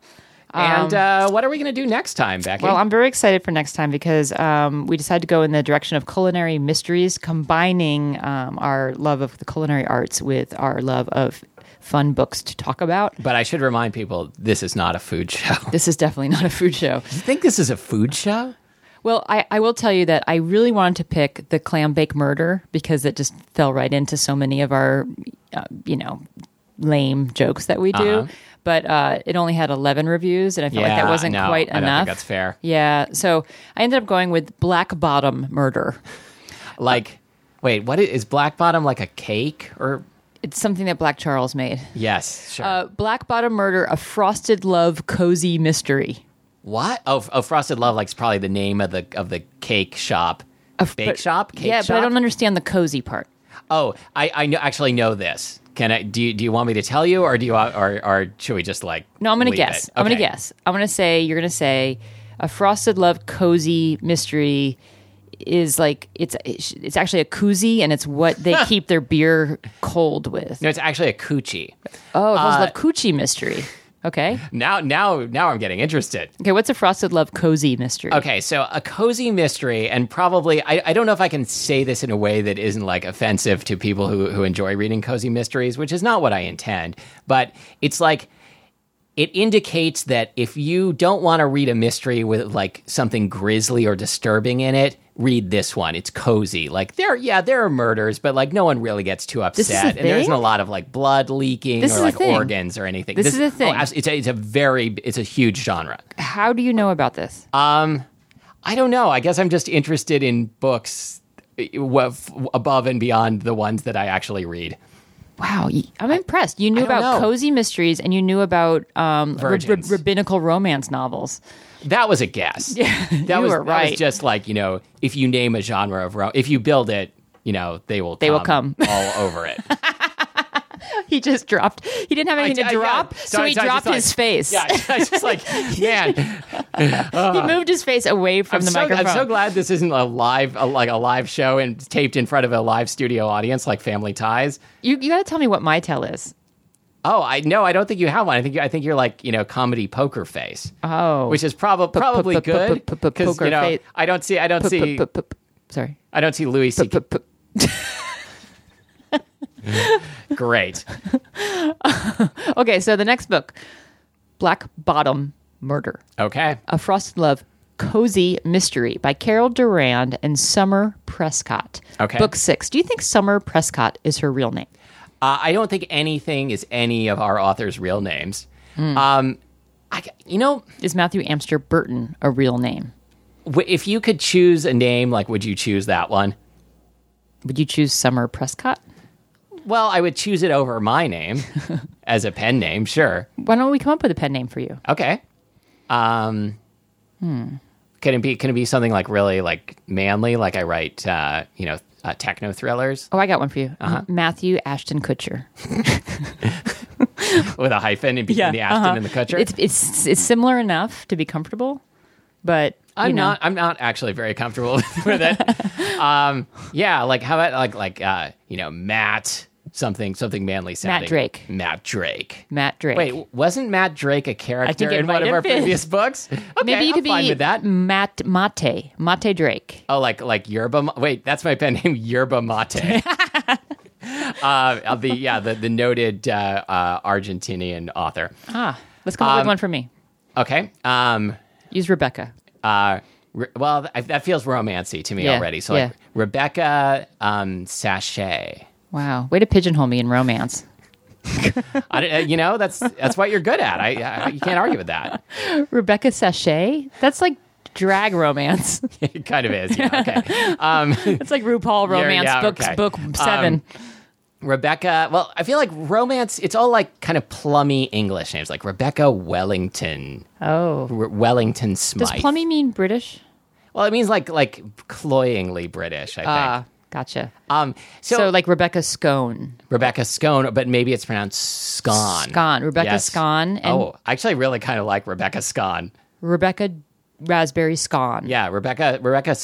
A: and uh, what are we going to do next time, Becky?
C: Um, Well, I'm very excited for next time because um, we decided to go in the direction of culinary mysteries, combining um, our love of the culinary arts with our love of fun books to talk about.
A: but I should remind people this is not a food show.
C: This is definitely not a food show.
A: you think this is a food show?
C: Well, I, I will tell you that I really wanted to pick the clam bake murder because it just fell right into so many of our, uh, you know, lame jokes that we do.
A: Uh-huh.
C: But uh, it only had 11 reviews, and I felt like that
A: Yeah,
C: wasn't
A: no,
C: quite
A: I don't think
C: enough.
A: that's fair.
C: Yeah. So I ended up going with Black Bottom Murder.
A: Like, wait, what is, is Black Bottom like a cake or?
C: It's something that Black Charles made.
A: Yes, sure.
C: Uh, Black Bottom Murder, a frosted love cozy mystery.
A: what? Oh, f- oh, Frosted Love like is probably the name of the of the cake shop. Bake
C: but-
A: shop? Cake
C: yeah,
A: shop?
C: but I don't understand the cozy part.
A: Oh, I I know, actually know this. Can I? Do you, do you want me to tell you, or do you want- or or should we just like?
C: No, I'm going to
A: leave
C: guess.
A: it?
C: I'm going
A: Okay.
C: to guess. I'm going to say you're going to say a frosted love cozy mystery is like it's it's actually a koozie and it's what they keep their beer cold with.
A: No, it's actually a coochie.
C: Oh, a frosted love
A: Uh,
C: coochie mystery. Okay.
A: Now, now, now, I'm getting interested.
C: Okay, what's a frosted love cozy mystery?
A: Okay, so a cozy mystery, and probably I, I don't know if I can say this in a way that isn't like offensive to people who who enjoy reading cozy mysteries, which is not what I intend. But it's like it indicates that if you don't want to read a mystery with like something grisly or disturbing in it, read this one. It's cozy. Like there, yeah, there are murders, but like no one really gets too upset,
C: is a
A: and there isn't a
C: thing?
A: lot of like blood leaking
C: This
A: or
C: is a
A: like
C: thing.
A: organs or anything.
C: This is a
A: oh,
C: thing.
A: abs- it's a, it's a very it's a huge genre.
C: How do you know about this?
A: Uh, I don't know. I guess I'm just interested in books uh, wa- f- above and beyond the ones that I actually read.
C: wow, y- I'm impressed. You knew
A: don't
C: about
A: know.
C: cozy mysteries and you knew about um, rab-
A: Virgins.
C: rabbinical romance novels.
A: That was a guess. Yeah, that
C: you
A: was
C: were
A: that was
C: right.
A: just like you know, if you name a genre of rom, if you build it, you know, they will
C: They will come.
A: all over it.
C: He just dropped. He didn't have anything
A: I-
C: to
A: yeah,
C: drop, so
A: sorry,
C: he
A: sorry,
C: dropped
A: just like-
C: his face.
A: Yeah, I was just like man,
C: he moved his face away from
A: I'm
C: the
A: so, I'm
C: microphone.
A: so glad this isn't a live a, like a live show and taped in front of a live studio audience like Family Ties.
C: You, you got to tell me what my tell is.
A: Oh, I no, I don't think you have one. I think you, I think you're like you know comedy poker face.
C: Oh.
A: which is probably probably
C: p- p-
A: good
C: p- p-
A: because
C: poker
A: you know
C: face.
A: I don't see I don't see
C: P- p- p- Sorry.
A: I don't see Louis C.
C: P- p-
A: Great.
C: Okay, so the next book Black Bottom Murder
A: Okay,
C: A Frosted Love Cozy Mystery by Carol Durand and Summer Prescott.
A: Okay.
C: Book six. Do you think Summer Prescott is her real name?
A: uh, I don't think anything is any of our authors' real names. Um, I c- you know
C: Is Matthew Amster Burton a real name?
A: w- if you could choose a name, like would you choose that one?
C: Would you choose Summer Prescott?
A: Well, I would choose it over my name as a pen name. Sure.
C: Why don't we come up with a pen name for you?
A: Okay. Um, Hmm. Can it be? Can it be something like really like manly? Like I write, uh, you know, uh, techno thrillers
C: Oh, I got one for you.
A: Uh-huh.
C: Matthew Ashton Kutcher.
A: with a hyphen in between the Ashton
C: uh-huh.
A: and the Kutcher.
C: It's, it's it's similar enough to be comfortable, but you
A: I'm
C: know.
A: not. I'm not actually very comfortable with it. um, yeah, like how about like like uh, you know Matt something something manly sounding
C: Drake.
A: Matt Drake.
C: Matt Drake.
A: Wait, wasn't Matt Drake a character
C: it
A: in one
C: might
A: of
C: have
A: our
C: been.
A: previous books? Okay,
C: maybe you
A: I'm
C: could
A: fine
C: be
A: with that.
C: Matt Mate Mate Drake.
A: Oh, like like yerba. ma- Wait, that's my pen name, yerba mate. uh, the yeah, the the noted uh, uh, Argentinian author.
C: Ah, let's come up with one for me.
A: Okay. Um.
C: Use Rebecca.
A: Uh. Re- well, th- that feels romancy to me
C: Yeah,
A: already. So like
C: yeah.
A: Rebecca um, Sachet.
C: Wow, way to pigeonhole me in romance.
A: I, don't- uh, you know, that's that's what you're good at. I, I you can't argue with that.
C: Rebecca Sachet. That's like drag romance.
A: It kind of is. Yeah. Okay.
C: That's like RuPaul romance
A: yeah,
C: books
A: okay.
C: book seven.
A: Rebecca. Well, I feel like romance. It's all like kind of plummy English names, like Rebecca Wellington,
C: oh,
A: R- Wellington Smythe.
C: does plummy mean British?
A: Well, it means like like cloyingly British, I think.
C: Ah, gotcha.
A: um, so,
C: so like Rebecca Scone.
A: Rebecca Scone, but maybe it's pronounced scone.
C: Scone. Rebecca Scone and-
A: oh, I actually really kind of like Rebecca Scone.
C: Rebecca Raspberry Scone.
A: Yeah, Rebecca Rebecca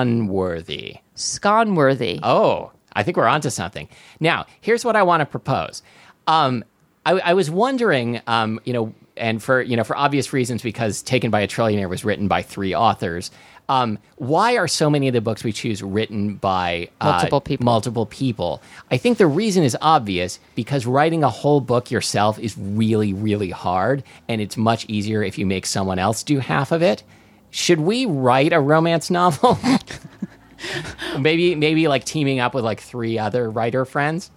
A: Sconeworthy.
C: Scone worthy.
A: Oh, I think we're onto something. Now, here's what I want to propose. Um, I, I was wondering, um, you know, and for you know, for obvious reasons, because "Taken by a Trillionaire" was written by three authors. Um, why are so many of the books we choose written by uh,
C: Multiple people.
A: Multiple people. I think the reason is obvious because writing a whole book yourself is really, really hard, and it's much easier if you make someone else do half of it. Should we write a romance novel? maybe maybe like teaming up with like three other writer friends.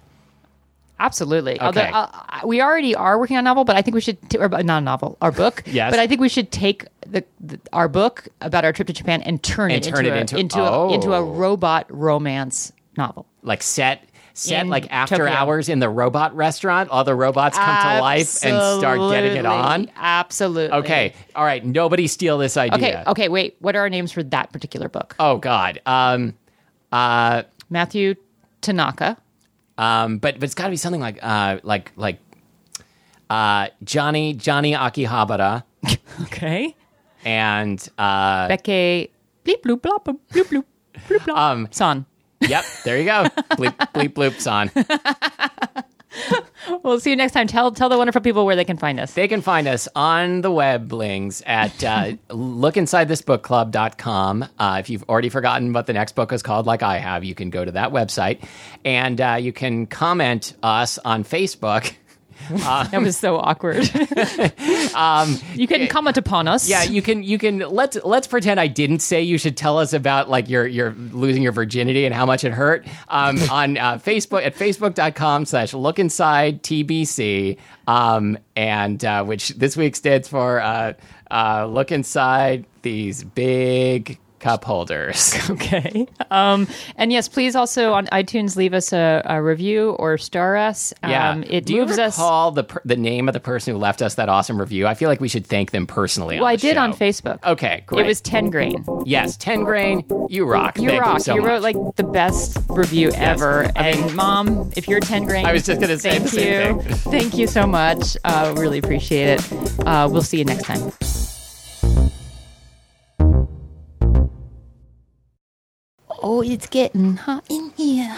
C: Absolutely. Although,
A: Okay.
C: uh, uh, we already are working on a novel, but I think we should, t- or not a novel, our book.
A: Yes.
C: But I think we should take the, the our book about our trip to Japan and turn
A: And
C: it
A: turn
C: into
A: it
C: a,
A: into-
C: into, a, into a
A: Oh.
C: robot romance novel.
A: Like set set
C: In
A: like after
C: Tokyo.
A: hours in the robot restaurant, all the robots come to life and start getting it
C: Absolutely.
A: on.
C: Absolutely.
A: Okay. All right. Nobody steal this idea.
C: Okay. Okay. Wait. What are our names for that particular book?
A: Oh God. Um. Uh.
C: Matthew Tanaka.
A: Um. But but it's got to be something like uh like like uh Johnny Johnny Akihabara
C: Okay.
A: and uh
C: Becky. Bleep bloop blop bloop bloop bloop blop. Um, Son.
A: yep there you go bleep bleep bloops on.
C: We'll see you next time. Tell tell the wonderful people where they can find us.
A: They can find us on the web, Blings, at uh, lookinsidethisbookclub.com. Uh, if you've already forgotten what the next book is called, like I have, you can go to that website. And uh, you can comment us on Facebook.
C: That was so awkward. you can comment upon us.
A: Um, Yeah, you can you can let's let's pretend I didn't say you should tell us about like your your losing your virginity and how much it hurt. Um, on uh, Facebook at facebook.com slash look inside TBC. Um, and uh, which this week stands for uh, uh, look inside these big cup holders.
C: Okay. Um, and yes, please also on iTunes leave us a, a review or star us. Um,
A: Yeah,
C: It
A: Do you
C: moves us.
A: recall the per- the name of the person who left us that awesome review? I feel like we should thank them personally.
C: Well,
A: on
C: I
A: the
C: did on
A: show.
C: Facebook.
A: Okay, great.
C: It was 10 grain.
A: yes, ten grain. You rock.
C: You
A: Thank
C: rock.
A: You, so much.
C: wrote like the best review ever.
A: I mean-
C: and mom, if you're 10 grain,
A: I was just gonna say
C: thank
A: the same
C: you. Thank you so much. Uh, really appreciate it. Uh, we'll see you next time.
D: Oh, it's getting hot in here.